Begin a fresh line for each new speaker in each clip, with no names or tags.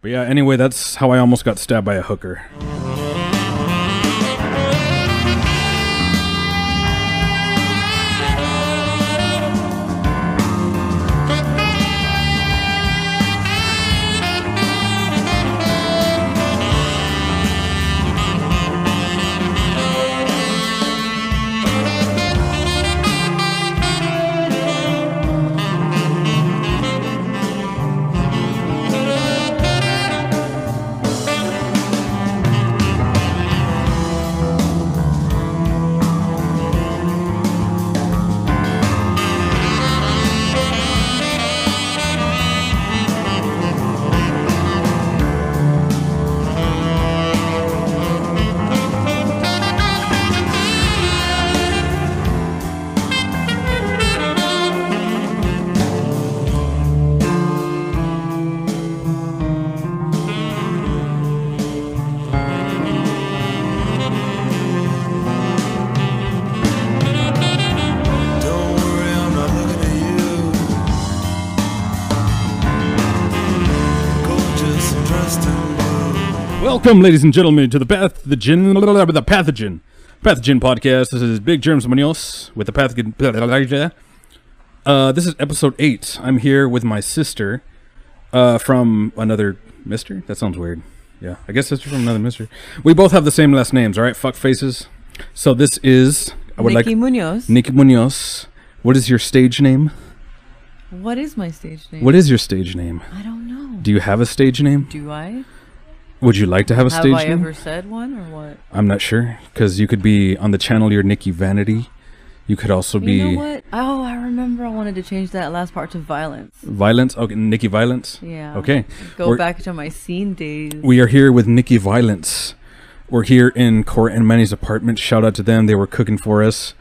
But yeah, anyway, that's how I almost got stabbed by a hooker.
Don't worry, I'm not looking at you. Gorgeous and dressed in blue.
Welcome, ladies and gentlemen, to the pathogen, blah, blah, blah, the pathogen, pathogen podcast. This is Big Germs Munoz with the pathogen. blah, blah, blah, blah. Uh, this is episode eight. I'm here with my sister uh, from another mister. That sounds weird. Yeah, I guess sister from another mister. We both have the same last names. All right, fuck faces. So this is I would
Nikki
like
Munoz.
Nikki Munoz. What is your stage name?
what is my stage name?
What is your stage name?
I don't know.
Do you have a stage name?
Do I?
Would you like to have a
Have
stage
I
name?
ever said one or what?
I'm not sure because you could be on the channel. You're Nikki Vanity. You could also be
You know what? Oh, I remember. I wanted to change that last part to violence.
Violence. Okay, Nikki Violence.
Yeah.
Okay.
Go
We're-
back to my scene days.
We are here with Nikki Violence. We're here in Cora and Manny's apartment. Shout out to them. They were cooking for us.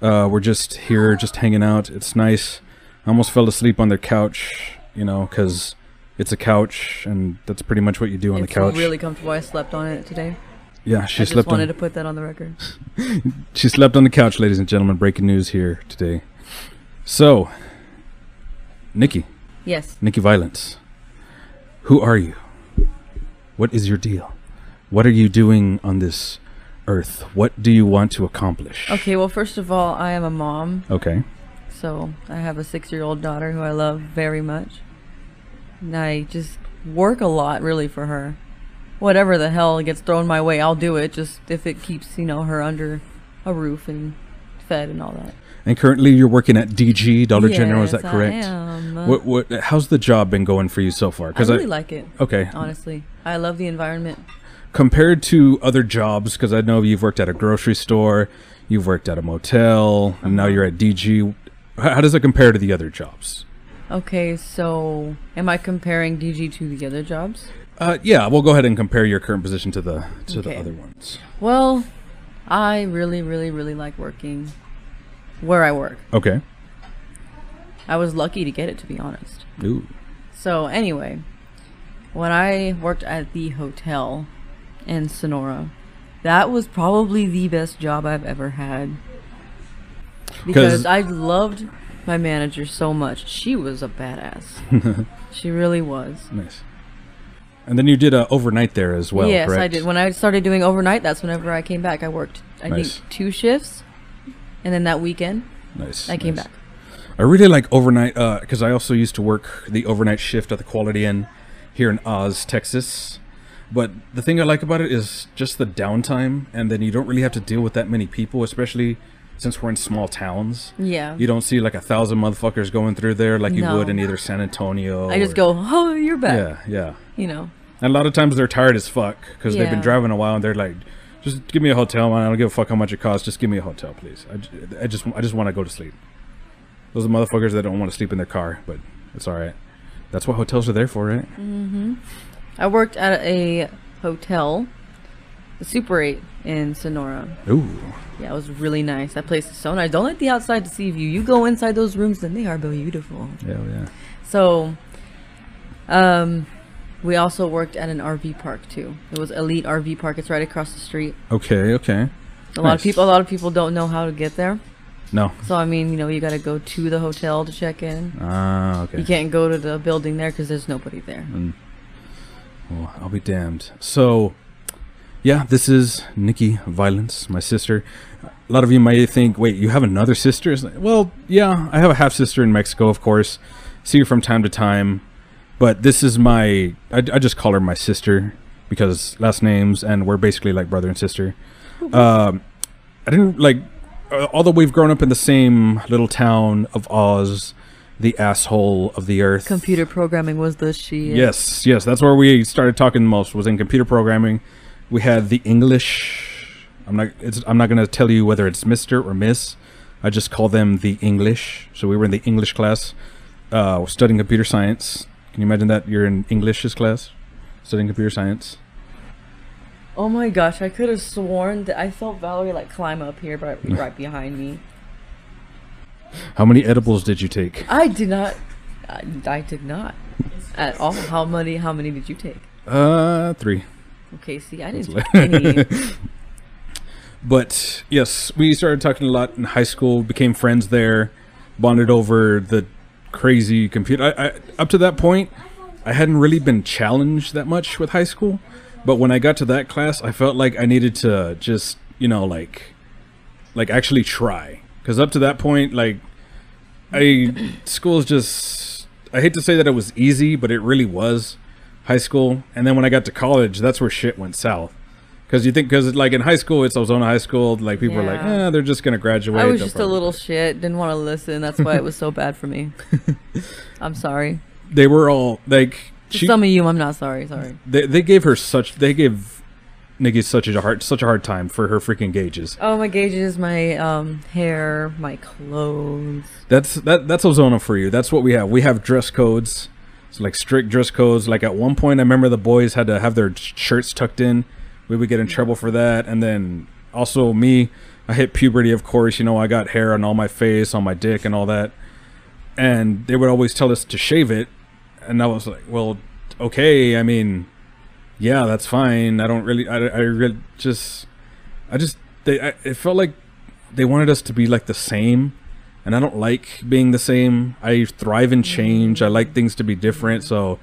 Uh, we're just here, just hanging out. It's nice. I almost fell asleep on their couch, you know, because it's a couch, and that's pretty much what you do on
it's
the couch.
really comfortable. I slept on it today.
yeah, she
I just
slept on.
wanted to put that on the record.
She slept on the couch, ladies and gentlemen. Breaking news here today. So, Nikki,
Yes.
Nikki Violence, who are you? What is your deal? What are you doing on this earth? What do you want to accomplish?
Okay. Well, first of all, I am a mom,
Okay.
so I have a six-year-old daughter who I love very much, and I just work a lot, really, for her. Whatever the hell gets thrown my way, I'll do it. Just if it keeps, you know, her under a roof and fed and all that.
And currently you're working at DG, Dollar General, is that
Yes,
correct?
I am.
What, what, how's the job been going for you so far?
I really like it.
Okay.
Honestly, I love the environment.
Compared to other jobs, because I know you've worked at a grocery store, you've worked at a motel, and
Uh-huh.
now you're at DG. How how does it compare to the other jobs?
Okay, so am I comparing DG to the other jobs?
Uh, yeah, we'll go ahead and compare your current position to the to the
Okay.
other ones.
Well, I really, really, really like working where I work.
Okay.
I was lucky to get it, to be honest.
Ooh.
So, anyway, when I worked at the hotel in Sonora, that was probably the best job I've ever had. Because I loved my manager so much. She was a badass. she really was.
Nice. And then you did uh, overnight there as well.
yes, I
correct?
did. When I started doing overnight, that's whenever I came back. I worked, I
Nice.
think, two shifts. And then that weekend,
nice.
I came
nice.
back.
I really like overnight because I also used to work the overnight shift at the Quality Inn here in Oz, Texas. But the thing I like about it is just the downtime, and then you don't really have to deal with that many people, especially since we're in small towns.
Yeah.
You don't see like a thousand motherfuckers going through there like you
No.
would in either San Antonio.
I just
or-
go, oh, you're back.
Yeah, yeah.
You know.
And a lot of times they're tired as fuck because they've been
Yeah.
driving a while and they're like, just give me a hotel, man. I don't give a fuck how much it costs. Just give me a hotel, please. I, j- I just I just want to go to sleep. Those are motherfuckers that don't want to sleep in their car, but it's all right. That's what hotels are there for, right?
Mm-hmm. I worked at a hotel, the Super 8 in Sonora.
Ooh,
Yeah, it was really nice. That place is so nice. Don't let the outside deceive you. You go inside those rooms, and they are beautiful.
yeah, yeah.
So, um, we also worked at an RV park too. It was Elite RV Park. It's right across the street.
Okay, okay.
A lot of
Nice.
people, a lot of people don't know how to get there.
No,
So I mean, you know, you got to go to the hotel to check in.
ah,
You
okay.
can't go to the building there because there's nobody there.
Well, I'll be damned. So, yeah, this is Nikki Violence, my sister. A lot of you may think, wait, you have another sister? It's like, well, yeah, I have a half sister in Mexico, of course. See her from time to time. But this is my, I, I just call her my sister because last names, and we're basically like brother and sister. Um, I didn't like, uh, although we've grown up in the same little town of Oz, the asshole of the earth.
Computer programming was the she.
Yes, yes, that's where we started talking the most was in computer programming. We had the English. I'm not. It's, I'm not going to tell you whether it's Mister or Miss. I just call them the English. So we were in the English class, uh, studying computer science. Can you imagine that you're in English's class, studying computer science?
Oh my gosh, I could have sworn that I felt Valerie like climb up here, but right behind me.
How many edibles did you take?
I did not. I, I did not at all. How many? How many did you take?
Uh, three.
Okay, see, I didn't take any.
But yes, we started talking a lot in high school, became friends there, bonded over the crazy computer. I, I, up to that point, I hadn't really been challenged that much with high school. But when I got to that class, I felt like I needed to just, you know, like, like actually try. Because up to that point, like, I school's just. I hate to say that it was easy, but it really was high school. And then when I got to college, that's where shit went south. Because you think, because like in high school, it's Arizona High School. Like people were like,
Yeah.
eh, they're just gonna graduate.
I was
they'll
just a
probably-"
little shit. Didn't want to listen. That's why it was so bad for me. I'm sorry.
They were all like,
To
she,
some of you, I'm not sorry. Sorry.
they, they gave her such, they gave Nikki such a hard, such a hard time for her freaking gauges.
Oh, my gauges, my um hair, my clothes.
That's that that's Ozona for you. That's what we have. We have dress codes. It's like strict dress codes. Like at one point I remember the boys had to have their sh- shirts tucked in. We would get in trouble for that. And then also me, I hit puberty of course, you know, I got hair on all my face, on my dick and all that. And they would always tell us to shave it. And I was like, well, okay, I mean, yeah, that's fine. I don't really I I really just I just they I, it felt like they wanted us to be like the same and I don't like being the same. I thrive
Mm-hmm.
in change. I like things to be different. So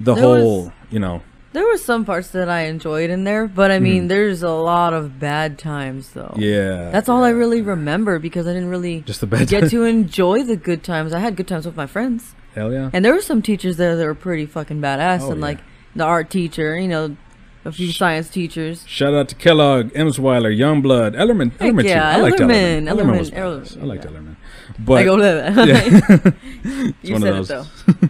the
There was-
whole, you know,
There were some parts that I enjoyed in there, but I mean, there's a lot of bad times though.
Hmm. yeah.
Oh. That's all I
yeah.
really remember because I didn't really
Just the bad
get
times.
to enjoy the good times. I had good times with my friends.
Hell yeah.
And there were some teachers there that were pretty fucking badass,
Oh,
and
yeah.
like the art teacher, you know, a few science teachers.
Shout out to Kellogg, Emsweiler, Youngblood, Ellerman. Ellerman
yeah,
too. I liked Ellerman.
Ellerman, Ellerman,
was
Ellerman,
badass. I liked
yeah. oh.
Ellerman.
I go
But
to You
one of
said it
those.
though.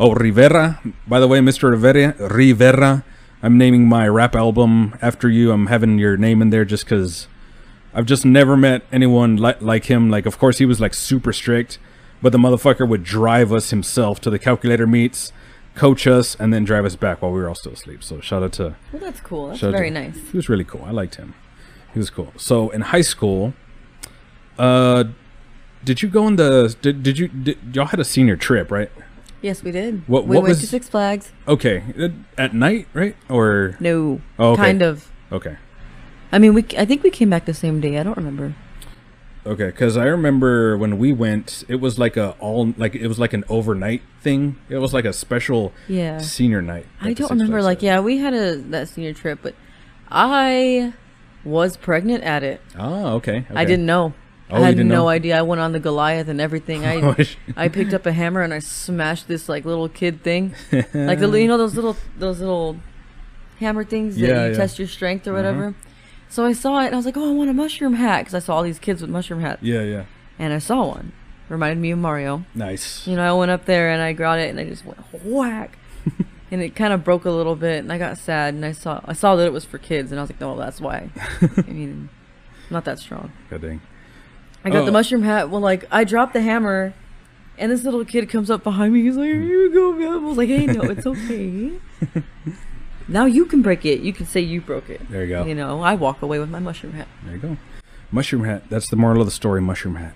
oh, Rivera. By the way, Mr. Rivera, Rivera. I'm naming my rap album after you. I'm having your name in there just because I've just never met anyone li- like him. Like, of course, he was like super strict, but the motherfucker would drive us himself to the calculator meets, coach us, and then drive us back while we were all still asleep. So shout out to
Well, that's cool. That's
Shout out
very
to-
nice.
He was really cool. I liked him. He was cool. So in high school, uh, did you go in the? Did, did you? Did, y'all had a senior trip, right?
Yes, we did.
What-
we
what
went to
was-
Six Flags.
Okay, at- at night, right? Or
No,
Oh, okay.
kind of.
okay,
I mean, we. I think we came back the same day. I don't remember.
okay. Because I remember when we went, it was like a all like it was like an overnight thing. It was like a special
Yeah.
senior night.
I don't remember. Like, yeah, we had a that senior trip, but I was pregnant at it.
Oh, okay. okay.
I didn't know.
Oh,
I
you
had
didn't
no
know?
idea. I went on the Goliath and everything.
Oh,
I
sh-
I picked up a hammer and I smashed this like little kid thing, like
Uh.
the, you know those little those little hammer things that
Yeah,
you
yeah. Uh-huh.
test your strength or whatever. So I saw it and I was like, oh, I want a mushroom hat because I saw all these kids with mushroom hats
Yeah, yeah.
and I saw one. Reminded me of Mario.
Nice.
You know, I went up there and I got it and I just went whack. and it kind of broke a little bit and I got sad and I saw I saw that it was for kids and I was like, no, that's why. I mean, I'm not that strong.
God dang.
I got
Oh.
the mushroom hat. Well, like I dropped the hammer, and this little kid comes up behind me. He's like, "Here you go, man." I was like, "Hey, no, it's okay. now you can break it. You can say you broke it."
There you go.
You know, I walk away with my mushroom hat.
There you go. Mushroom hat. That's the moral of the story, mushroom hat.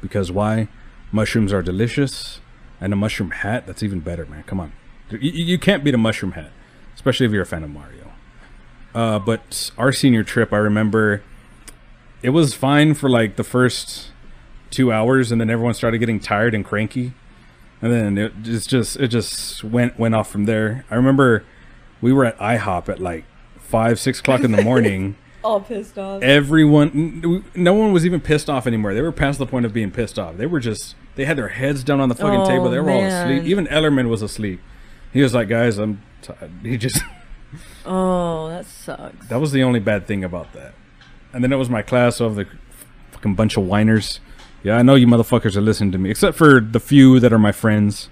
Because why? Mushrooms are delicious. And a mushroom hat, that's even better, man. Come on. You, you you can't beat a mushroom hat, especially if you're a fan of Mario. Uh, but our senior trip, I remember it was fine for like the first two hours, and then everyone started getting tired and cranky. And then it just, just it just went went off from there. I remember we were at IHOP at like five, six o'clock in the morning.
All pissed off.
Everyone, n- no one was even pissed off anymore. They were past the point of being pissed off. They were just, they had their heads down on the fucking
Oh,
table. They were all
man.
asleep. Even Ellerman was asleep. He was like, guys, I'm. T-. He just.
Oh, that sucks.
That was the only bad thing about that. And then it was my class of the fucking bunch of whiners. Yeah, I know you motherfuckers are listening to me, except for the few that are my friends.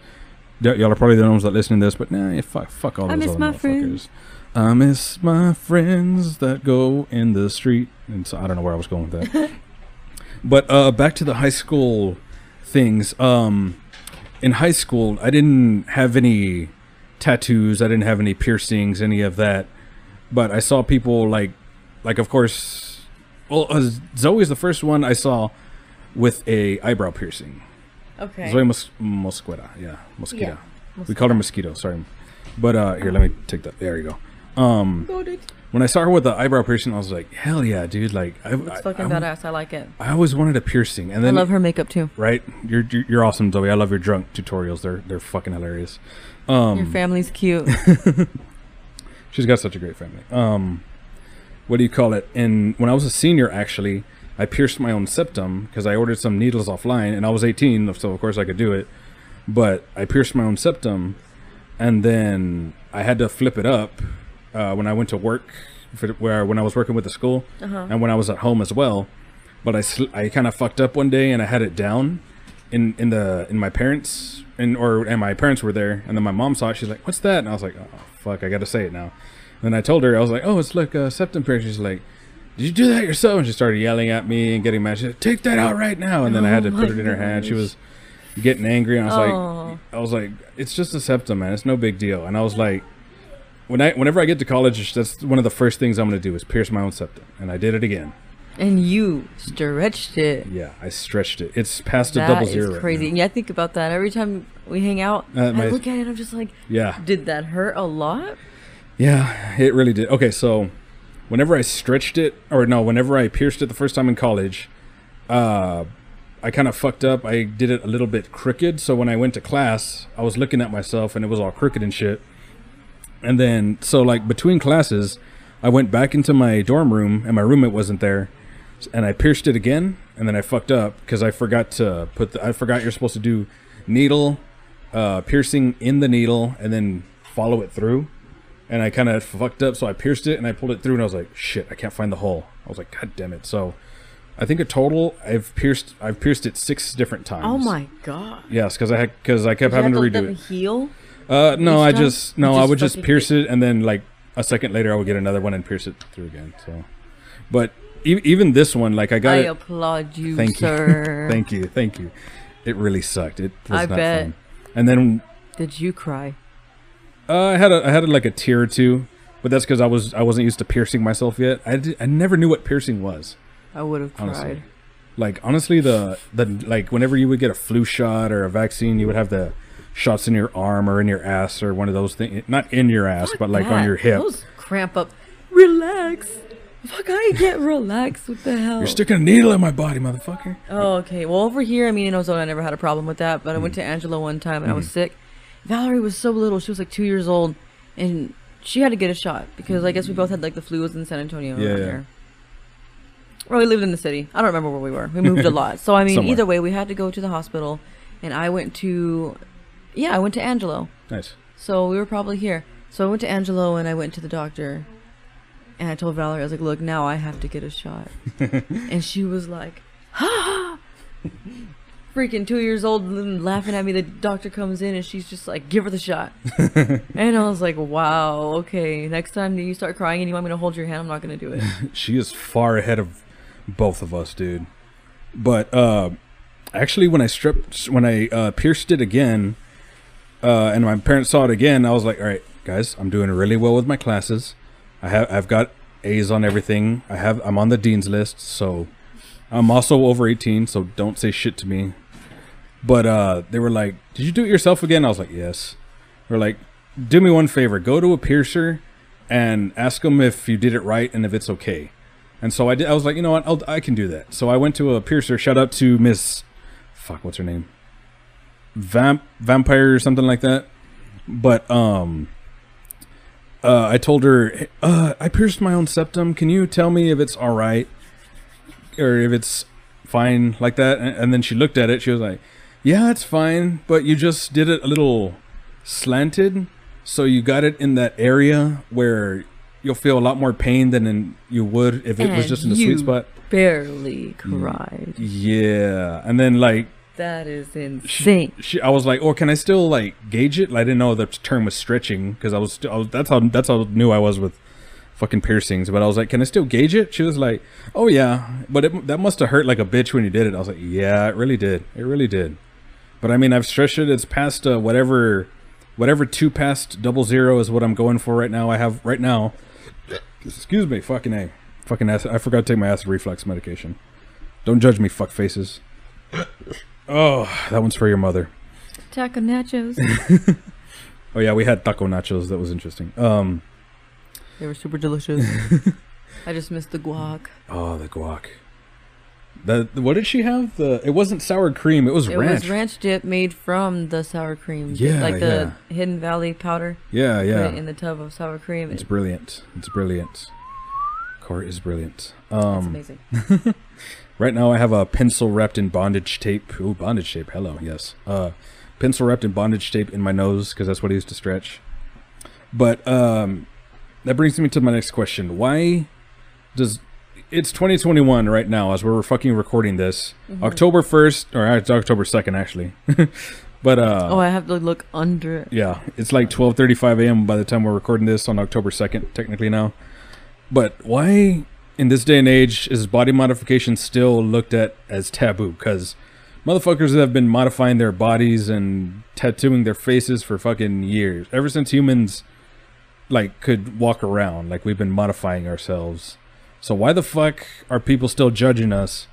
Y- y'all are probably the ones that listen to this, but nah, yeah, fuck, fuck all
I
those
miss
other
my
motherfuckers.
friends.
I miss my friends that go in the street. And so I don't know where I was going with that. but uh, back to the high school things. Um, in high school, I didn't have any tattoos. I didn't have any piercings, any of that. But I saw people like, like of course, well, uh, Zoe's the first one I saw with a eyebrow piercing.
Okay.
Zoe Mos- Mosquera, yeah, Mosquera.
Yeah,
We called her Mosquito. Sorry, but uh, here, let me take that. There you go
Goated.
when I saw her with the eyebrow piercing, I was like, hell yeah, dude! Like, I,
It's
I,
fucking
I,
badass. I like it.
I always wanted a piercing, and
I
then
love her makeup too.
right, you're you're you're awesome, Zoe. I love your drunk tutorials. They're they're fucking hilarious. um,
Your family's cute.
She's got such a great family. Um, what do you call it? And when I was a senior, actually, I pierced my own septum because I ordered some needles offline, and I was 18, so of course I could do it. But I pierced my own septum, and then I had to flip it up uh, when I went to work, for, where when I was working with the school,
Uh-huh.
and when I was at home as well. But I sl- I kind of fucked up one day, and I had it down in in the in my parents and or and my parents were there, and then my mom saw it. She's like, "What's that?" And I was like, "Oh fuck, I got to say it now." And then I told her, I was like, "Oh, it's like a septum piercing." She's like. Did you do that yourself? And she started yelling at me and getting mad. She said, "Take that out right now!" And then I had to
Oh
put
my
it in her hand. She
gosh.
was getting angry, and I was
Oh.
like, I was like, it's just a septum, man. It's no big deal. And I was like, when I, whenever I get to college, that's one of the first things I'm gonna do is pierce my own septum. And I did it again.
and you stretched it.
Yeah, I stretched it. It's past a
That
double
is
zero. right
crazy.
now.
yeah, I think about that every time we hang out.
Uh, my-
I look at it. I'm just like,
Yeah.
did that hurt a lot?
Yeah, it really did. Okay, so whenever I stretched it, or no, whenever I pierced it the first time in college, uh, I kind of fucked up. I did it a little bit crooked. So when I went to class, I was looking at myself and it was all crooked and shit. And then, so like between classes, I went back into my dorm room and my roommate wasn't there. And I pierced it again. And then I fucked up because I forgot to put the, I forgot you're supposed to do needle, uh, piercing in the needle and then follow it through and I kind of fucked up, so I pierced it and I pulled it through, and I was like, "Shit, I can't find the hole." I was like, "God damn it!" So, I think a total I've pierced I've pierced it six different times.
Oh my god.
Yes, because I had because I kept
You
having
have
to
let
redo
them
it.
heal.
Uh, no, I
each time?
just
You
no, I
just
would just
fucking
pierce it, and then like a second later, I would get another one and pierce it through again. So, but e- even this one, like I got
I
it.
applaud you,
Thank
sir.
you, thank you, thank you. It really sucked. It was
I
not
bet.
fun. And then
Did you cry?
Uh, I had a, I had like a tear or two, but that's because I was I wasn't used to piercing myself yet. I, did, I never knew what piercing was.
I would have cried.
Honestly. Like honestly, the the like whenever you would get a flu shot or a vaccine, you would have the shots in your arm or in your ass or one of those things. Not in your ass, but like on
God,
your hip.
Those cramp up. Relax. Fuck, I get relaxed. What the hell?
You're sticking a needle in my body, motherfucker.
Oh, okay. Well, over here, I mean, in Ozona, I never had a problem with that, but I
Mm-hmm.
went to Angela one time and I was sick. Valerie was so little. She was like two years old, and she had to get a shot because I guess we both had like the flu was in San Antonio.
Yeah,
around
yeah.
Here. Well, we lived in the city. I don't remember where we were. We moved a lot. So, I mean,
Somewhere.
either way, we had to go to the hospital, and I went to, yeah, I went to Angelo.
Nice.
So we were probably here. So I went to Angelo and I went to the doctor. And I told Valerie, I was like, look, now I have to get a shot. and she was like, ha! Freaking two years old and laughing at me. The doctor comes in and she's just like, give her the shot. and I was like, wow, okay. Next time that you start crying and you want me to hold your hand, I'm not going to do it.
She is far ahead of both of us, dude. But uh, actually, when I stripped, when I uh, pierced it again, uh, and my parents saw it again, I was like, "All right, guys, I'm doing really well with my classes. I have, I've got A's on everything. I have, I'm on the dean's list, so I'm also over 18. So don't say shit to me." But uh, they were like, "Did you do it yourself again?" I was like, "Yes." They're like, "Do me one favor. Go to a piercer and ask them if you did it right and if it's okay." And so I did. I was like, you know what? I'll, I can do that. So I went to a piercer. Shout out to Miss, fuck, what's her name? Vamp, vampire or something like that. But um, uh, I told her, uh, I pierced my own septum. Can you tell me if it's all right or if it's fine like that? And, and then she looked at it. She was like, Yeah, it's fine, but you just did it a little slanted. So you got it in that area where you'll feel a lot more pain than in, you would if it was
And
just in the sweet
you
spot.
Barely cried.
Yeah. And then, like,
That is insane.
she, I was like, or can I still like gauge it? Like, I didn't know the term was stretching because I was, st- I was that's how that's how new I was with fucking piercings. But I was like, can I still gauge it? She was like, oh yeah, but it, that must have hurt like a bitch when you did it. I was like, yeah, it really did. It really did. But I mean, I've stretched it. It's past uh, whatever, whatever two past double zero is what I'm going for right now. I have right now. Excuse me, fucking a, fucking ass. I forgot to take my acid reflux medication. Don't judge me, fuck faces. Oh, that one's for your mother.
Taco nachos.
Oh yeah, we had taco nachos. That was interesting. Um,
they were super delicious. I just missed the guac.
oh the guac. The what did she have? The it wasn't sour cream. It was
It
ranch.
was ranch dip made from the sour cream.
Yeah,
like the Hidden Valley powder.
Yeah,
Put it
yeah.
in the tub of sour cream.
It's
It's,
brilliant. It's brilliant. Core is brilliant.
it's
Um,
amazing.
right now I have a pencil wrapped in bondage tape. Ooh, bondage tape. Hello, yes. Uh, pencil wrapped in bondage tape in my nose because that's what I used to stretch. But um, that brings me to my next question. Why does it's 2021 right now as we're fucking recording this
Mm-hmm.
October 1st or it's October 2nd actually, but uh,
oh, I have to look under it.
yeah, it's like 12:35 a.m. by the time we're recording this on October 2nd, technically now. But why in this day and age is body modification still looked at as taboo cuz motherfuckers have been modifying their bodies and tattooing their faces for fucking years. Ever since humans like could walk around, like we've been modifying ourselves. So why the fuck are people still judging us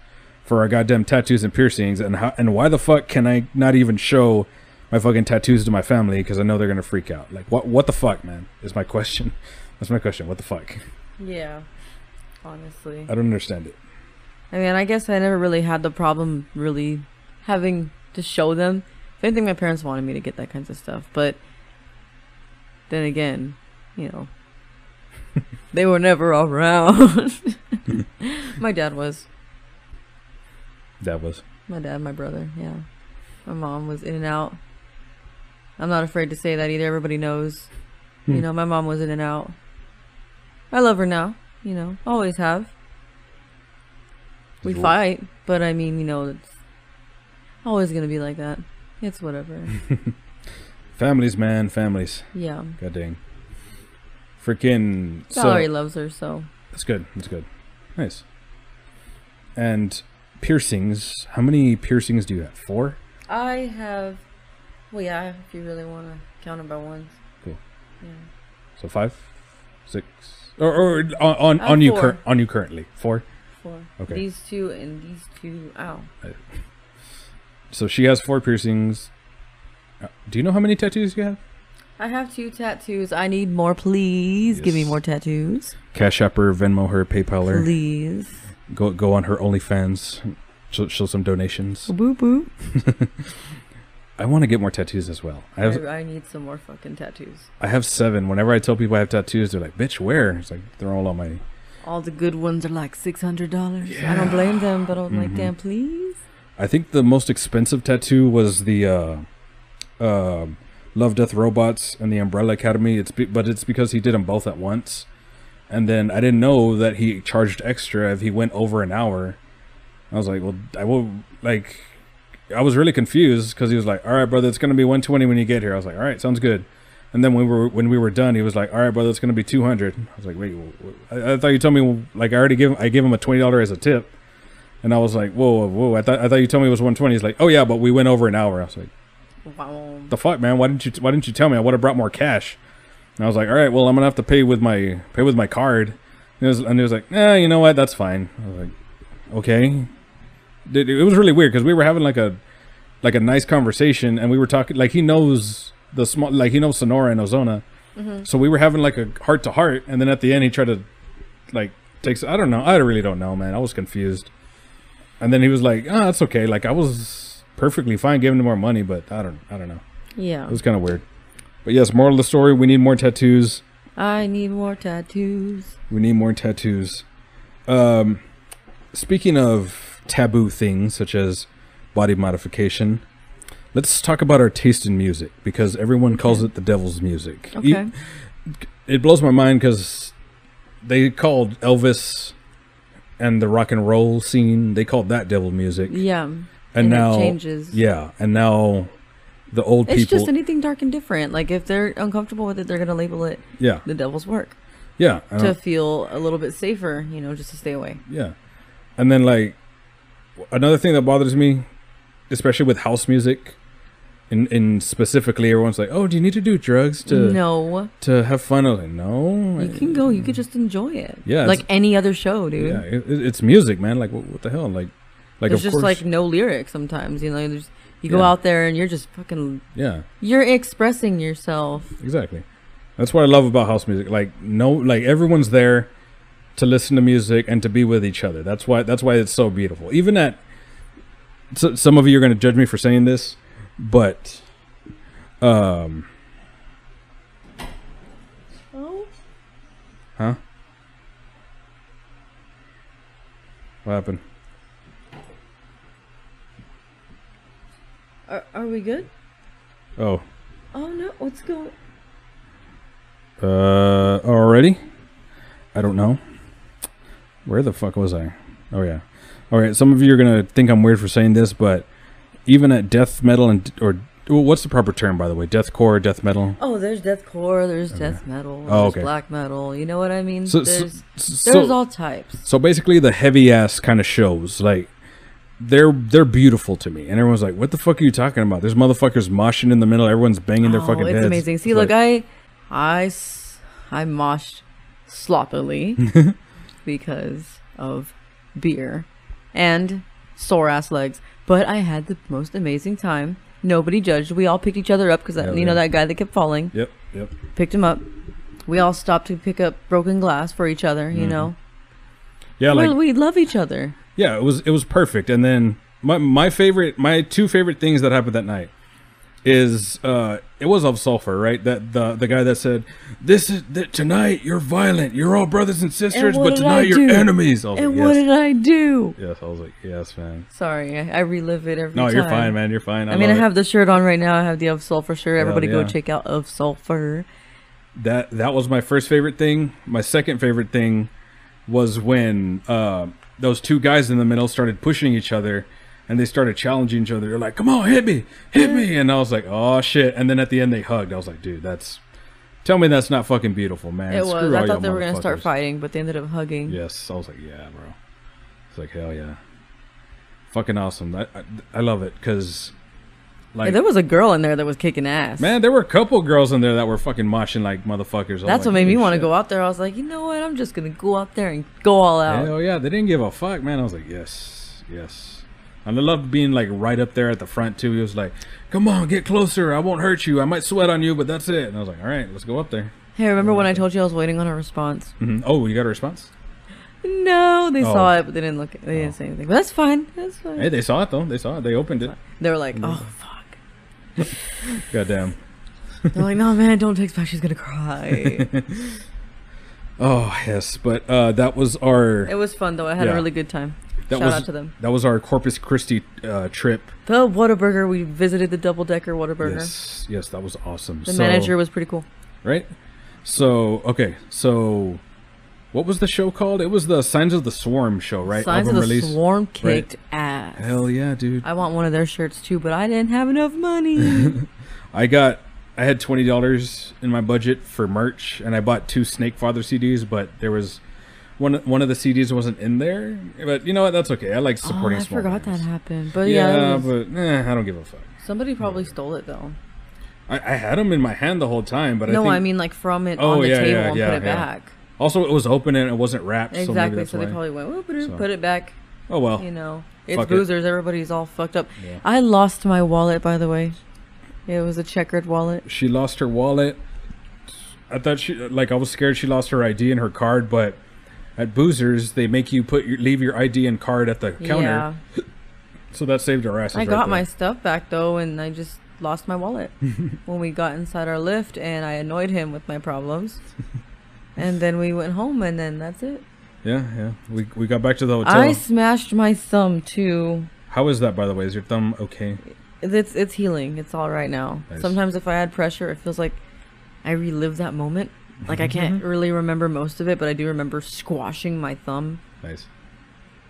for our goddamn tattoos and piercings? And how, and why the fuck can I not even show my fucking tattoos to my family because I know they're gonna freak out? Like what what the fuck, man? Is my question. That's my question. What the fuck?
Yeah. Honestly.
I don't understand it.
I mean, I guess I never really had the problem really having to show them. If anything, my parents wanted me to get that kinds of stuff, but then again, you know, they were never around. my dad was.
That was
My dad, my brother, yeah. My mom was in and out. I'm not afraid to say that either. Everybody knows. You
Hmm.
know, my mom was in and out. I love her now, you know, always have. We
Sure.
fight, but I mean, you know, it's always going to be like that. It's whatever.
families, man, families.
yeah.
God dang. Freaking
Valerie
so,
loves her, so.
That's good. That's good. Nice. And piercings. How many piercings do you have? Four?
I have. Well, yeah, if you really want to count it by ones.
Cool.
Yeah.
So five, six, or, or on on,
Uh,
on you
four.
cur- on you currently four.
Four.
Okay.
These two and these two. Ow.
So she has four piercings. Uh, Do you know how many tattoos you have?
I have two tattoos. I need more, please. Give me
Yes.
more tattoos.
Cash App her, Venmo her, PayPal her.
Please.
Go go on her OnlyFans. She'll, she'll some donations.
Boop boop.
I want to get more tattoos as well. I have
I, I need some more fucking tattoos.
I have seven. Whenever I tell people I have tattoos, they're like, "Bitch, where?" It's like they're all on my.
All the good ones are like six hundred dollars. I don't blame them, but I'm like,
Mhm.
damn, please.
I think the most expensive tattoo was the uh, uh, Love Death Robots and the Umbrella Academy. It's be- but it's because he did them both at once, and then I didn't know that he charged extra if he went over an hour. I was like, well, I will like. I was really confused because he was like, "All right, brother, it's gonna be 120 when you get here." I was like, "All right, sounds good." And then when we were when we were done, he was like, "All right, brother, it's gonna be 200." I was like, "Wait, wh- wh- I, I thought you told me like I already give I gave him a twenty dollar as a tip." And I was like, whoa, whoa, whoa. I thought, I thought you told me it was 120. He's like, oh yeah, but we went over an hour. I was like,
Wow.
the fuck, man? Why didn't you, why didn't you tell me? I would have brought more cash. And I was like, all right, well, I'm going to have to pay with my, pay with my card. And, it was, and he was like, nah, you know what? That's fine. I was like, okay. It, it was really weird because we were having like a, like a nice conversation and we were talking, like he knows the small, like he knows Sonora and Ozona. So we were having like a heart to heart. And then at the end, he tried to like takes, I don't know. I really don't know, man. I was confused. And then he was like, "Ah, that's okay. Like I was perfectly fine giving him more money, but I don't, I don't know.
Yeah.
It was kind of weird." But yes, moral of the story: we need more tattoos.
I need more tattoos.
We need more tattoos. Um, speaking of taboo things such as body modification, let's talk about our taste in music because everyone calls it the devil's music. E-
Okay.
it blows my mind because they called Elvis and the rock and roll scene they called that devil music,
yeah.
and,
it
now
changes.
yeah, and now the old
It's
people
just anything dark and different. Like if they're uncomfortable with it, they're gonna label it
yeah
the devil's work
yeah I
to
don't-
feel a little bit safer. You know, just to stay away.
yeah, and then like another thing that bothers me, especially with house music. In, in specifically, everyone's like, "Oh, do you need to do drugs to
no,
to have fun?" I was like, "No,
you can go. You could just enjoy it.
Yeah,
like
it's-
any other show, dude.
Yeah, it, it- it's music, man. Like, what, what the hell? Like, like
There's
of
just
course,
like no lyrics sometimes. You know, there's you go
Yeah.
out there and you're just fucking.
yeah,
You're expressing yourself.
exactly. That's what I love about house music. Like, no, like everyone's there to listen to music and to be with each other. That's why. That's why it's so beautiful. Even at so, some of you are going to judge me for saying this, but um,
Oh,
huh? What happened?
are, are we good?
Oh,
Oh no, what's going?
Uh, already? I don't know. Where the fuck was I? Oh yeah. All right. Some of you are gonna think I'm weird for saying this, but even at death metal and or well, what's the proper term by the way? Deathcore, death metal.
Oh, there's deathcore. There's death metal.
Oh,
there's
okay.
black metal. You know what I mean?
So so,
there's
so,
there's all types.
so basically, the heavy ass kind of shows like they're they're beautiful to me, and everyone's like, "What the fuck are you talking about?" There's motherfuckers moshing in the middle. Everyone's banging their
oh,
fucking
it's
heads.
amazing. See,
like,
look, I, I, s- I moshed sloppily because of beer and sore ass legs, but I had the most amazing time. Nobody judged. We all picked each other up because
Hell
you know
yeah.
that guy that kept falling
Yep. Yep.
picked him up. We all stopped to pick up broken glass for each other. You know,
Yeah. Mm-hmm. Like
Well, we love each other.
yeah it was it was perfect and then my my favorite my two favorite things that happened that night is uh it was of sulfur right that the the guy that said this is that tonight you're violent you're all brothers and sisters
what
but
did
tonight
I
you're
do?
enemies I was
And
like,
what
Oh, yes.
did I do?
yes i was like yes man
Sorry, I, I relive it every
no
time.
you're fine man you're fine i,
I, mean, I
love it.
have the shirt on right now. I have the Of Sulfur shirt. Everybody
yeah.
go check out Of Sulfur.
that that was my first favorite thing my second favorite thing was when uh those two guys in the middle started pushing each other and they started challenging each other they're like come on hit me hit me and i was like oh shit and then at the end they hugged i was like dude that's tell me that's not fucking beautiful man
it
Screw
was. I
all y'all
thought they were going to start
motherfuckers.
fighting, but they ended up hugging.
yes i was like yeah bro it's like hell yeah fucking awesome i i, I love it because like
And there was a girl in there that was kicking ass.
man there were a couple girls in there that were fucking moshing like motherfuckers I was
That's
like,
what made me
holy
want to
shit.
go out there. I was like, you know what? I'm just going to go out there and go all out.
Hell yeah, they didn't give a fuck, man. I was like, yes, yes. And I loved being like right up there at the front too. He was like, "Come on, get closer. I won't hurt you. I might sweat on you, but that's it." And I was like, "All right, let's go up there."
Hey, remember when I told you I was waiting on a response?
Mhm. Oh, you got a response?
No, they
Oh.
saw it, but they didn't look. They didn't say anything. But that's fine. That's fine.
Hey, they Mm. saw it though. They saw it. They opened it.
They were like, oh, fuck.
Goddamn.
They're like, no, man, don't text back. She's going to cry.
Oh yes, but uh, that was
it
our
was fun, though. I had
Yeah.
a really good time.
that
Oh, Shout
was
out to them.
that was our Corpus Christi uh, trip.
The Whataburger, we visited the double decker Whataburger.
Yes, yes, that was awesome.
The
So-
manager was pretty cool.
right? So okay, so what was the show called? It was the Signs of the Swarm show, right?
Signs of
Album
the
release.
Swarm kicked ass.
Hell yeah, dude.
I want one of their shirts too, but I didn't have enough money.
I got I had twenty dollars in my budget for merch, and I bought two Snake Father CDs, but there was one one of the CDs wasn't in there. But you know what? That's okay. I like
oh,
supporting.
I
small
forgot that
bands.
happened. But yeah,
Yeah,
it was-
but eh, I don't give a fuck.
somebody probably stole it though.
I, I had them in my hand the whole time, but I
no,
think,
I mean like from it
Oh,
on the
yeah,
table
yeah,
and
yeah,
put it
yeah.
back.
also it was open and it wasn't wrapped. So maybe
Exactly.
that's
So, they
why.
probably went, well, put it,
So-
put it back.
Oh well.
You know, it's
Fuck it.
boozers. Everybody's all fucked up.
Yeah.
I lost my wallet, by the way. It was a checkered wallet.
she lost her wallet. I thought she like I was scared she lost her ID and her card, but at Boozers they make you put your, leave your ID and card at the counter,
Yeah.
so that saved our asses.
I
right
got
there.
my stuff back though, and I just lost my wallet when we got inside our lift, and I annoyed him with my problems. and then we went home, and then that's it.
Yeah, yeah. We, we got back to the hotel.
I smashed my thumb too.
How is that, by the way? Is your thumb okay?
It's it's healing. It's all right now.
Nice.
Sometimes if I had pressure, it feels like I relive that moment. Like I
Mm-hmm.
can't really remember most of it, but I do remember squashing my thumb.
Nice.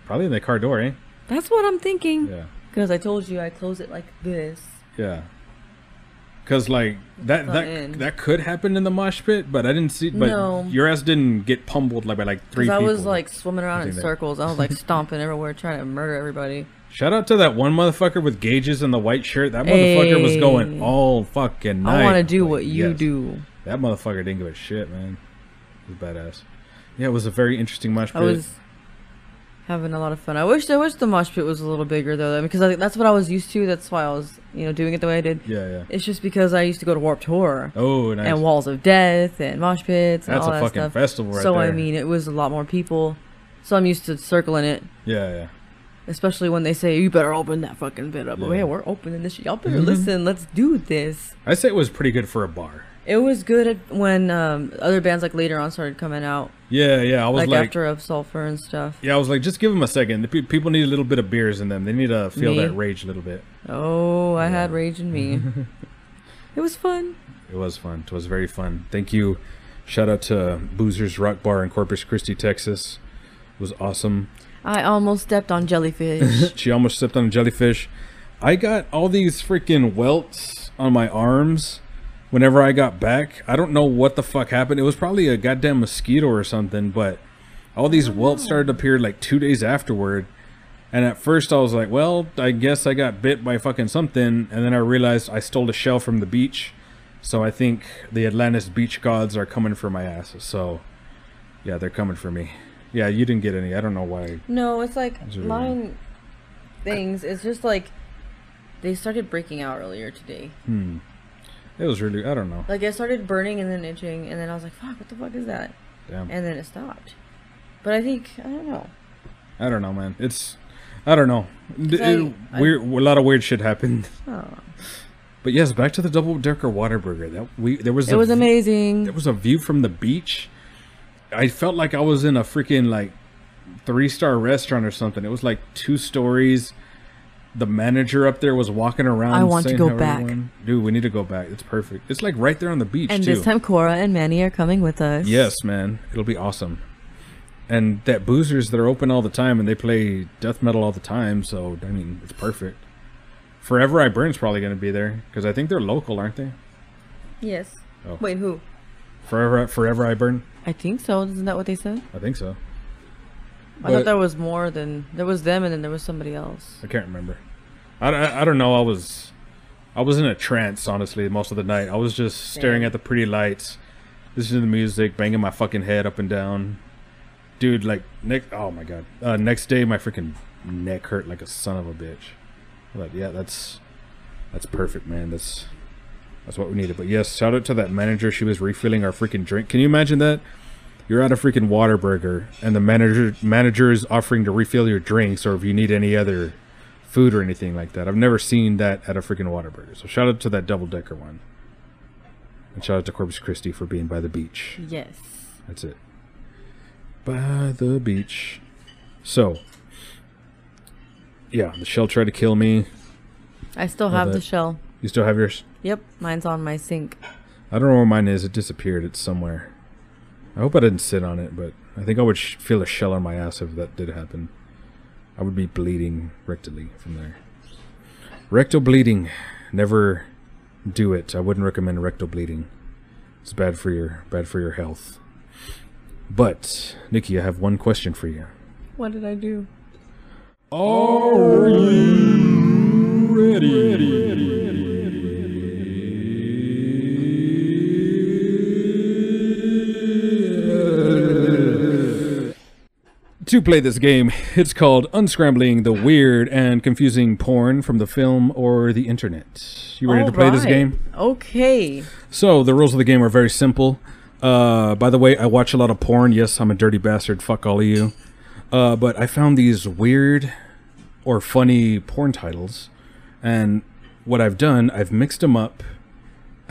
Probably in the car door, eh?
That's what I'm thinking.
Yeah.
Because I told you I close it like this.
Yeah. Cause like that
not
that
in.
that could happen in the mosh pit, but I didn't see. But
No.
your ass didn't get pummeled like by like three.
Because I
people.
was like swimming around in
think that-
circles. I was like stomping everywhere, trying to murder everybody.
shout out to that one motherfucker with gauges and the white shirt. That motherfucker was going
Hey.
all fucking. Night.
I want to do
Like,
what you
yes.
do.
That motherfucker didn't give a shit, man. He was badass. Yeah, it was a very interesting mosh
I
pit.
was having a lot of fun. I wish I wish the mosh pit was a little bigger though, because I think that's what I was used to. That's why I was you know doing it the way I did.
yeah, yeah.
It's just because I used to go to Warped Tour
Oh, nice.
and Walls of Death and mosh pits and
That's
all
a
that
fucking
stuff.
festival right
so
there.
I mean, it was a lot more people. So I'm used to circling it,
yeah, yeah.
especially when they say you better open that fucking pit up.
Yeah. Mm-hmm.
Oh yeah, we're opening this. shit. Y'all better listen. Let's do this.
I say it was pretty good for a bar.
It was good at when um, other bands like later on started coming out,
Yeah, yeah. I was
like,
like,
after of Sulfur and stuff.
yeah, I was like, just give them a second. The pe- people need a little bit of beers in them. They need to feel
Me?
that rage a little bit.
Oh, I had
Yeah.
rage in me. it was fun.
It was fun. It was very fun. Thank you. Shout out to Boozer's Rock Bar in Corpus Christi, Texas. It was awesome.
I almost stepped on jellyfish.
She almost stepped on a jellyfish. I got all these freaking welts on my arms whenever I got back. I don't know what the fuck happened. It was probably a goddamn mosquito or something, but all these welts started to appear like two days afterward. And at first I was like, well, I guess I got bit by fucking something. And then I realized I stole a shell from the beach. So I think the Atlantis beach gods are coming for my ass. So yeah, they're coming for me. Yeah, you didn't get any. I don't know why.
no, it's like
Is it really-
mine things. It's just like they started breaking out earlier today.
It was really, I don't know.
Like I started burning and then itching, and then I was like, "Fuck, what the fuck is that?"
Damn.
And then it stopped. But I think I don't know.
I don't know, man. It's I don't know. D-
I-
it-
I-
weird, a lot of weird shit happened.
Oh.
But yes, back to the double decker Waterburger. That we there was
It was
v-
amazing.
There was a view from the beach. I felt like I was in a freaking like three star restaurant or something. It was like two stories. The manager up there was walking around.
I want to
saying
go
how
back.
everyone- dude. We need to go back. It's perfect. It's like right there on the beach
and
too.
this time, Cora and Manny are coming with us.
Yes, man. It'll be awesome. And that Boozers, they're open all the time and they play death metal all the time, so, I mean, it's perfect. Forever I Burn's probably going to be there because I think they're local, aren't they?
Yes.
Oh.
Wait, who?
Forever, Forever I Burn?
I think so. Isn't that what they said?
I think so.
I
But-
thought there was more than there was them, and then there was somebody else.
I can't remember. I, I, I don't know. I was I was in a trance, honestly, most of the night. I was just staring
Damn.
at the pretty lights, listening to the music, banging my fucking head up and down. Dude, like next oh my god. Uh, next day my freaking neck hurt like a son of a bitch. But yeah, that's that's perfect, man. That's that's what we needed. But yes, shout out to that manager. She was refilling our freaking drink. Can you imagine that? You're at a freaking Waterburger, and the manager manager is offering to refill your drinks, or if you need any other food or anything like that. I've never seen that at a freaking Waterburger. So shout out to that double decker one, and shout out to Corpus Christi for being by the beach.
Yes.
That's it. By the beach. So, yeah, the shell tried to kill me.
I still have
Oh, that-
the shell.
You still have yours?
Yep, mine's on my sink.
I don't know where mine is. It disappeared. It's somewhere. I hope I didn't sit on it, but I think I would sh- feel a shell on my ass if that did happen. I would be bleeding rectally from there. Rectal bleeding. Never do it. I wouldn't recommend rectal bleeding. It's bad for your bad for your health. But Nikki, I have one question for you.
What did I do?
Are you ready? To play this game, it's called Unscrambling the Weird and Confusing Porn from the Film or the Internet. You ready to play this
Alright.
game?
Okay.
So the rules of the game are very simple. Uh, by the way, I watch a lot of porn. Yes, I'm a dirty bastard. Fuck all of you. Uh, but I found these weird or funny porn titles, and what I've done, I've mixed them up,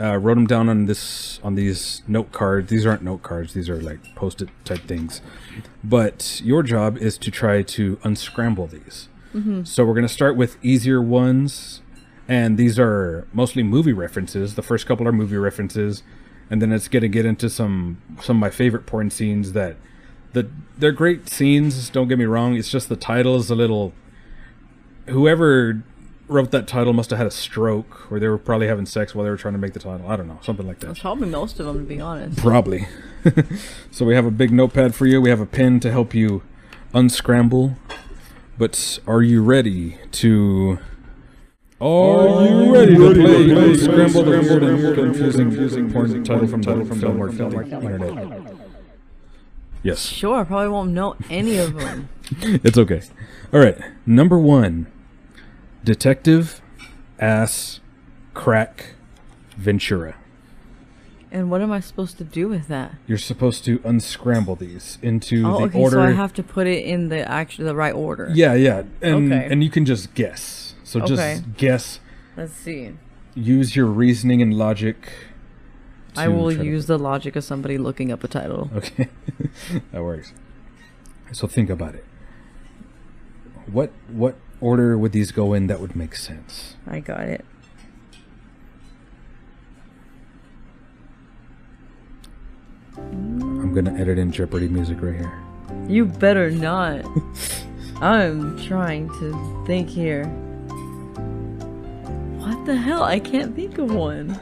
uh, wrote them down on this on these note cards. These aren't note cards; these are like post-it type things. But your job is to try to unscramble these. So we're gonna start with easier ones, and these are mostly movie references. The first couple are movie references, and then it's gonna get into some some of my favorite porn scenes that the they're great scenes. Don't get me wrong; it's just the title is a little whoever wrote that title must have had a stroke or they were probably having sex while they were trying to make the title. I don't know, something like that.
Probably most of them, to be honest.
Probably. so we have a big notepad for you. We have a pen to help you unscramble. But are you ready to are you ready to play unscramble the weird and confusing porn title from title from Delmar Internet? Yes,
Sure, I probably won't know any of them.
it's okay. All right, number one, detective ass crack Ventura.
and what am I supposed to do with that?
You're supposed to unscramble these into
Oh,
the
okay,
order.
so I have to put it in the actual the right order.
yeah, yeah, and
Okay.
and you can just guess. So just
Okay.
guess.
Let's see.
Use your reasoning and logic.
I
to
will
try to- Uh-huh.
use the logic of somebody looking up a title.
Okay, that works. So think about it. What what order would these go in that would make sense?
I got it.
I'm gonna edit in Jeopardy music right here.
You better not. I'm trying to think here. What the hell? I can't think of one.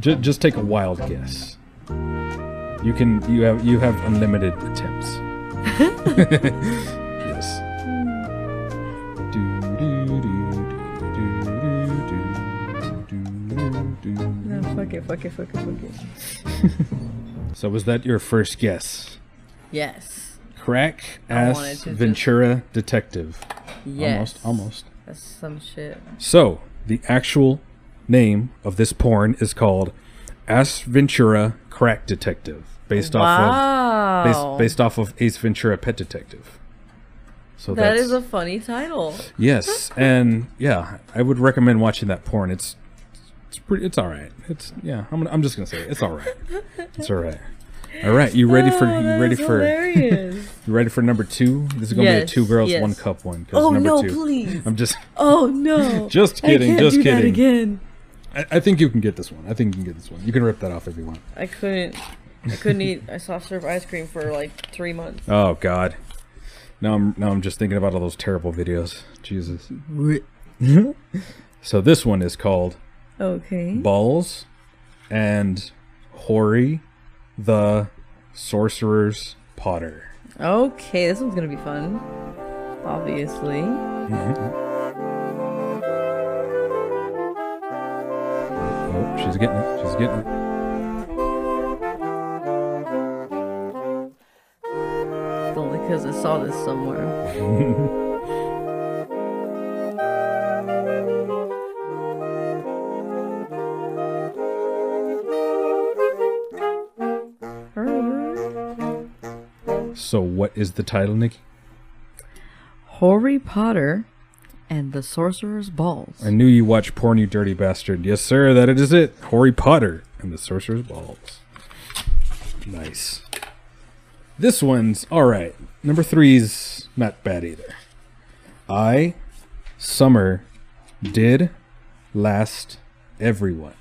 Just, just take a wild guess. You can you have you have unlimited attempts. yes.
No, fuck it, fuck it, fuck it, fuck it.
So was that your first guess?
Yes.
Crack
wanted
ass
to just-
Ventura detective.
Yes.
Almost almost.
That's some shit.
So the actual name of this porn is called Ass Ventura Crack Detective, based off of
Wow.
based, based off of Ace Ventura Pet Detective. So
that
that's,
is a funny title.
yes, and yeah, I would recommend watching that porn. It's it's pretty. It's all right. It's yeah. I'm gonna, I'm just gonna say it. it's all right. It's all right. All right, you ready for
Oh,
you
that
ready
is
for
hilarious.
you ready for number two? This is gonna be a
Yes,
two girls
yes.
one cup one. 'cause
oh
number
no,
two,
please.
I'm just.
Oh no.
Just
I
kidding,
can't
just
do That
kidding.
again.
I, I think you can get this one. I think you can get this one. You can rip that off if you want.
I couldn't. I couldn't eat a soft serve ice cream for like three months.
Oh God. Now I'm now I'm just thinking about all those terrible videos. Jesus. so this one is called
Okay.
Balls and Hori the Sorcerer's Potter.
Okay, this one's gonna be fun. Obviously.
Oh, she's getting it. She's getting it.
Only because I saw this somewhere.
So what is the title, Nikki?
Harry Potter and the Sorcerer's Balls.
I knew you watch porn, you dirty bastard. Yes, sir, that it is it. Harry Potter and the Sorcerer's Balls. Nice. This one's all right. Number three's not bad either. I, Summer, did last everyone.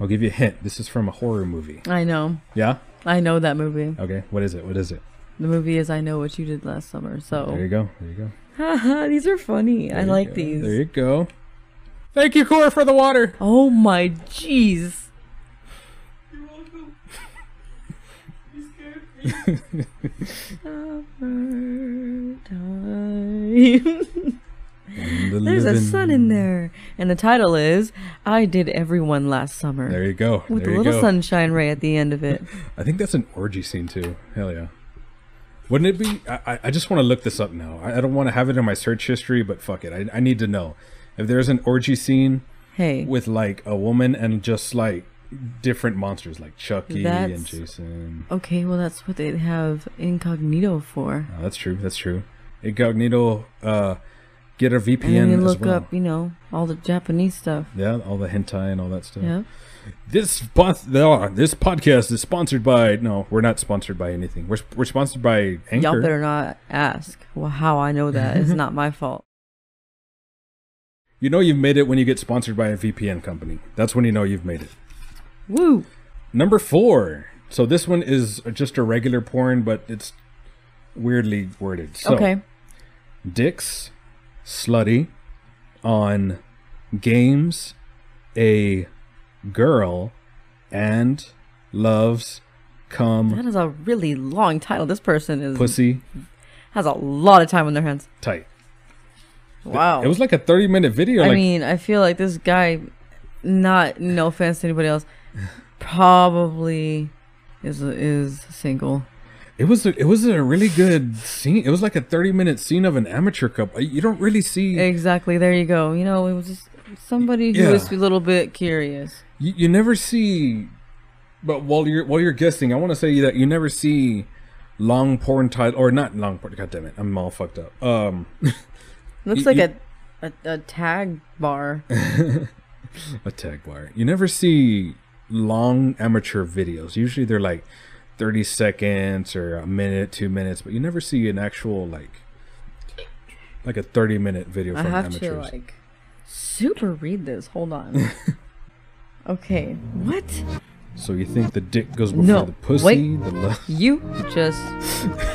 I'll give you a hint. This is from a horror movie.
I know.
Yeah?
I know that movie.
Okay. What is it? What is it?
The movie is I Know What You Did Last Summer.
There you
So,
go. There you go.
haha, these are funny. I
There you
like
go.
these.
There you go. Thank you, Cora, for the water.
Oh my jeez. Time. There's a sun in there, and the title is "I Did Everyone Last Summer"
There you go.
with
there
a
you
little
go.
sunshine ray at the end of it.
I think that's an orgy scene too. Hell yeah. Wouldn't it be? I, I- I just want to look this up now. I, I don't want to have it in my search history, but fuck it. I, I need to know. If there's an orgy scene
Hey,
with like a woman and just like different monsters like Chucky and
That's-
Jason.
okay, well that's what they have incognito for,
Oh, that's true. That's true. Incognito, uh, get a
and then
VPN
you
as
look
well.
up, you know, all the Japanese stuff.
yeah, all the hentai and all that stuff.
Yeah,
This pod, no, this podcast is sponsored by. No, we're not sponsored by anything. We're sp- we're sponsored by
Y'all
Anchor.
better not ask well, how I know that. It's not my fault.
You know you've made it when you get sponsored by a VPN company. That's when you know you've made it.
Woo!
Number four. So this one is just a regular porn, but it's weirdly worded. So,
okay.
dicks slutty on games a girl and loves cum
That is a really long title. This person is
pussy
has a lot of time on their hands.
tight
Wow.
it was like a 30 minute video
Oh. I
like
mean, I feel like this guy, not no offense to anybody else, probably is is single.
it was a, it was a really good scene it was like a 30 minute scene of an amateur couple you don't really see
Exactly. There you go. You know, it was just somebody who
Yeah.
was a little bit curious.
you, you never see but while you're while you're guessing i want to say that you never see long porn title or not long porn god damn it i'm all fucked up um
Looks
You-
like
you-
a, a a tag bar.
a tag bar. You never see long amateur videos. Usually they're like 30 seconds or a minute, two minutes, but you never see an actual like like a 30 minute video
I
from
have
amateurs.
to like super read this. Hold on. okay. What?
so you think the dick goes before
No,
the pussy,
wait.
the love.
You just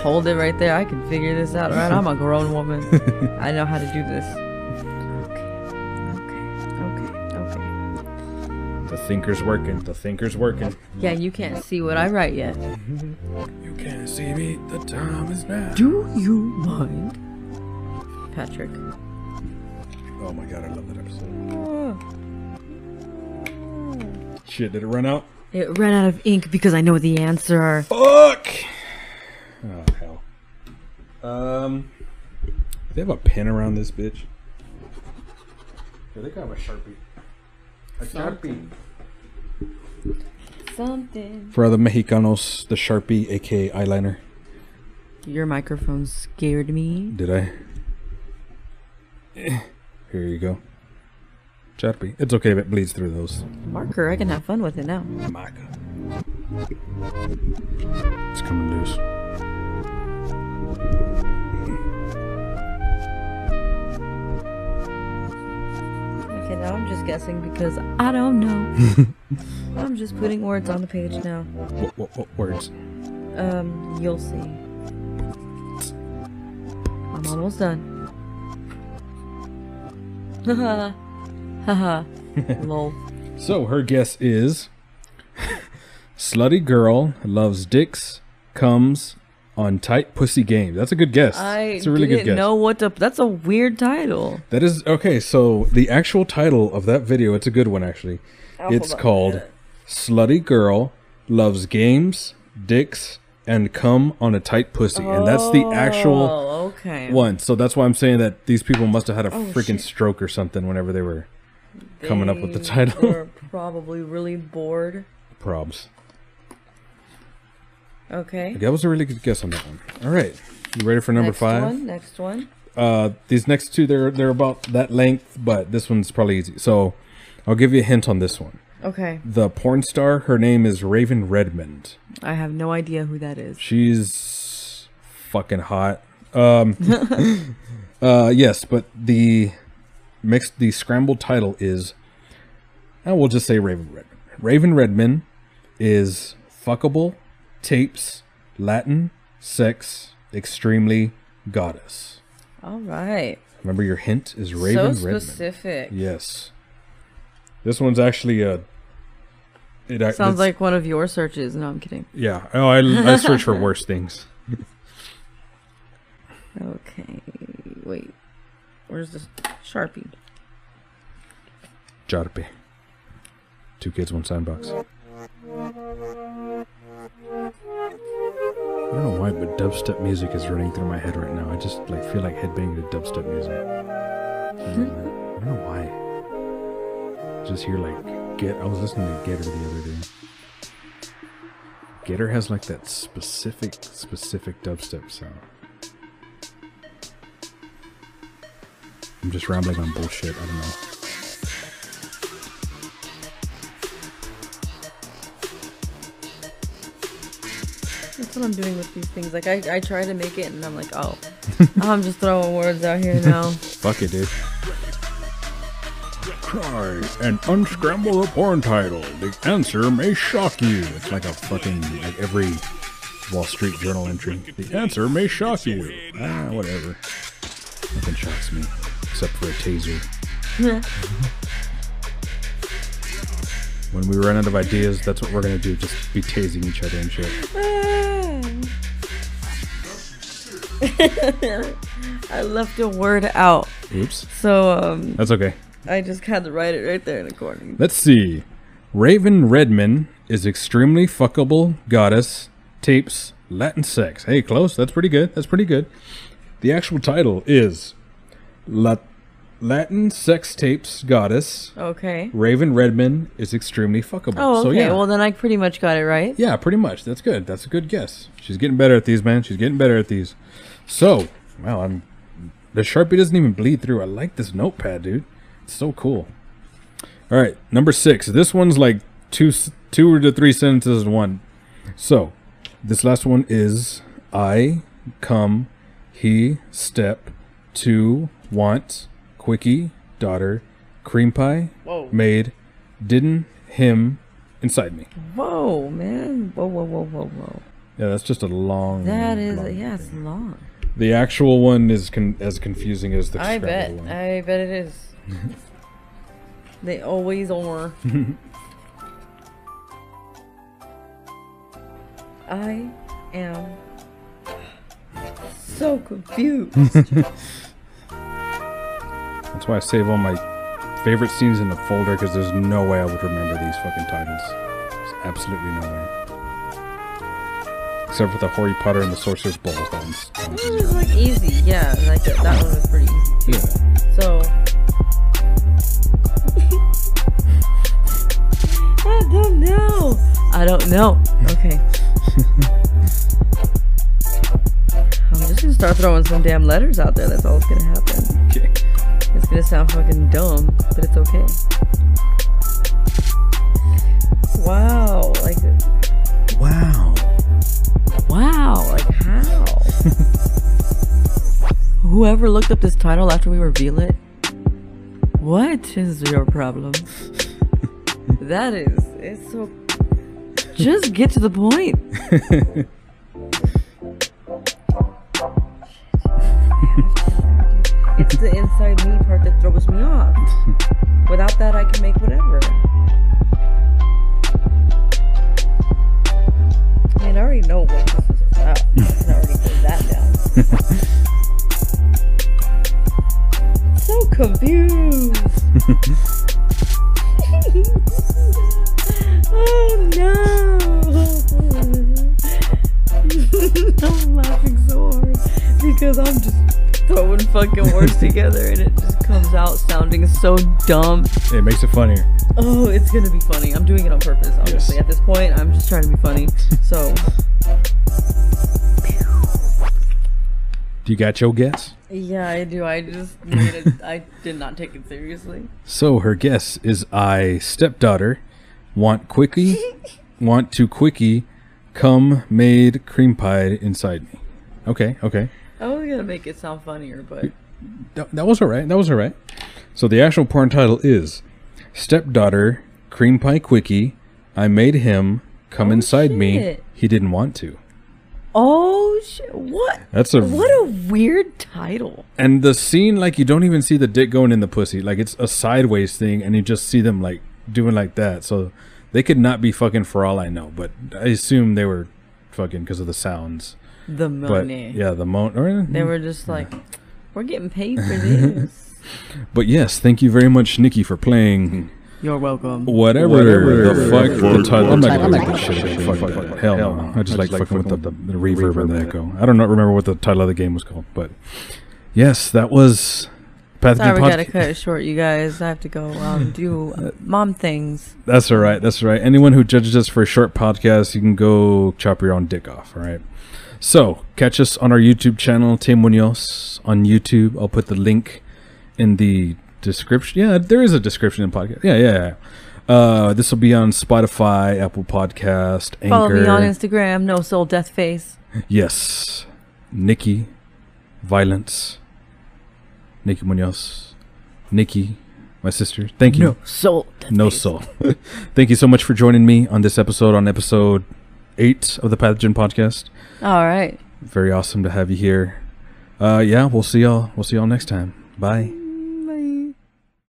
hold it right there. I can figure this out, all right? I'm a grown woman. I know how to do this. Okay. Okay. Okay. Okay.
The thinker's working, the thinker's working.
Yeah, you can't see what I write yet.
You can't see me, the time is now.
Do you mind? Patrick.
Oh my god, I love that episode. Shit, did it run out?
It ran out of ink because I know the answer.
Fuck. Oh hell. Um, they have a pin around this bitch. I think I have a sharpie. A sharpie.
Something.
For the Mexicanos, the sharpie, aka eyeliner.
Your microphone scared me.
Did I? Eh, Here you go. Sharpie. It's okay if it bleeds through those.
Marker, I can have fun with it now.
Maca. It's coming loose.
Okay, now I'm just guessing because I don't know. I'm just putting words on the page now.
What, what, what words?
Um, you'll see. I'm almost done. Haha. Haha. Lol.
So her guess is slutty girl loves dicks, comes on tight pussy game. That's a good guess.
I
It's a really
didn't
good guess.
know what to. That's a weird title.
That is okay. So the actual title of that video, it's a good one actually. it's
Oh, hold on.
called "Slutty Girl Loves Games, Dicks, and Come on a Tight Pussy," and that's the actual
Oh, okay.
one. So that's why I'm saying that these people must have had a freaking
Oh, shit.
stroke or something whenever they were coming up with the
They
title.
were probably really bored.
Probs.
Okay.
That was a really good guess on that one. All right, you ready for number
next
five?
One, next one.
Uh, these next two, they're they're about that length, but this one's probably easy. So, I'll give you a hint on this one.
Okay.
The porn star, her name is Raven Redmond.
I have no idea who that is.
She's fucking hot. Um, uh, yes, but the mixed the scrambled title is, and we'll just say Raven Redmond. Raven Redmond is fuckable, tapes, Latin, sex, extremely goddess.
All right.
Remember your hint is Raven
so
Redmond.
specific.
Yes. This one's actually a. It ac-
Sounds
it's-
like one of your searches. No, I'm kidding.
Yeah. Oh, I, I search for worse things.
Okay. Wait. Where's this Sharpie?
Jarpe. Two kids, one sandbox. I don't know why, but dubstep music is running through my head right now. I just like feel like headbanging to dubstep music. uh, I don't know why. Just hear like get. I was listening to Getter the other day. Getter has like that specific, specific dubstep sound. I'm just rambling on bullshit. I don't know.
that's what I'm doing with these things. Like I, I try to make it, and I'm like, oh, I'm just throwing words out here now.
Fuck it, dude. Try and unscramble the porn title. The answer may shock you. It's like a fucking like every Wall Street Journal entry. The answer may shock you. Ah, whatever. Nothing shocks me except for a taser. when we run out of ideas, that's what we're gonna do. Just be tasing each other and shit.
I left a word out,
Oops.
so um,
That's okay.
I just had to write it right there in the corner.
Let's see. Raven Redman is extremely fuckable goddess tapes Latin sex. Hey, close. That's pretty good. That's pretty good. The actual title is La- Latin sex tapes goddess
Okay.
Raven Redman is extremely fuckable.
Oh, okay.
So yeah.
Well, then I pretty much got it right.
yeah, pretty much. That's good. That's a good guess. She's getting better at these, man. She's getting better at these. So, wow, I'm the Sharpie doesn't even bleed through. I like this notepad, dude. It's so cool. All right, number 6. This one's like two s- two to three sentences in one. So, this last one is I come he step to want quickie daughter cream pie
Whoa.
made didn't him inside me.
Whoa, man. Whoa, whoa, whoa, whoa, whoa.
Yeah, that's just a long.
That is,
long
yeah,
thing.
it's long.
The actual one is con- as confusing as the.
I
Scrabble
bet.
One.
I bet it is. they always are. I am so confused.
That's why I save all my favorite scenes in a folder because there's no way I would remember these fucking titles. There's absolutely no way. Except for the Harry Potter and the Sorcerer's Balls. That one's. that one's
it
easier.
was like easy. Yeah, like that one was pretty easy.
Yeah.
So. I don't know. I don't know. Okay. I'm just gonna start throwing some damn letters out there. That's all that's gonna happen.
Okay.
It's gonna sound fucking dumb, but it's okay. Wow. Like,
Wow.
wow. Like, how? Whoever looked up this title after we reveal it, what is your problem? that is, it's so. Just get to the point. it's the inside me part that throws me off. Without that, I can make whatever. I mean, I already know what this is about. I can already put that down. so confused. oh no! I'm laughing so hard because I'm just throwing fucking words together and it just comes out sounding so dumb.
It makes it funnier.
Oh, it's gonna be funny. I'm doing it on purpose, obviously.
Yes.
At this point, I'm just trying to be funny. So,
Do you got your guess?
yeah, I do. I just made it, I did not take it seriously.
So her guess is I stepdaughter want quickie want to quickie come made cream pie inside me. Okay, okay.
I was gonna make it sound funnier, but
That, that was all right. That was all right. So the actual porn title is Stepdaughter Cream Pie Quickie I made him come inside me.
shit.
He didn't want to.
oh shit! What?
That's a
What a weird title.
and the scene like you don't even see the dick going in the pussy. Like it's a sideways thing and you just see them like doing like that. So they could not be fucking for all I know, but I assume they were fucking because of the sounds.
The
But
money.
yeah, the moan or
They were just like, we're getting paid for this.
But yes, thank you very much Nikki for playing
You're welcome.
Whatever, the fuck the title. I'm not gonna read this shit. again. Fuck that. Hell no. I just like fucking with the, the reverb and the echo. I don't know, remember what the title of the game was called, but yes, that was
Sorry,
Pathogen
we gotta
Podcast.
cut it short, you guys. I have to go um, do uh, mom things.
That's all right. That's all right. Anyone who judges us for a short podcast, you can go chop your own dick off. All right. So catch us on our YouTube channel, Tim Munoz on YouTube. I'll put the link in the description. Yeah, there is a description in podcast. Yeah, yeah, yeah. Uh, this will be on Spotify, Apple Podcast, Anchor.
Follow me on Instagram, no soul death face.
Yes. Nikki. Violence. Nikki Munoz. Nikki, my sister. Thank you.
soul death
No soul. Thank you so much for joining me on this episode, on episode eight of the Pathogen Podcast.
All right.
Very awesome to have you here. Uh, yeah, we'll see y'all. We'll see y'all next time. Bye.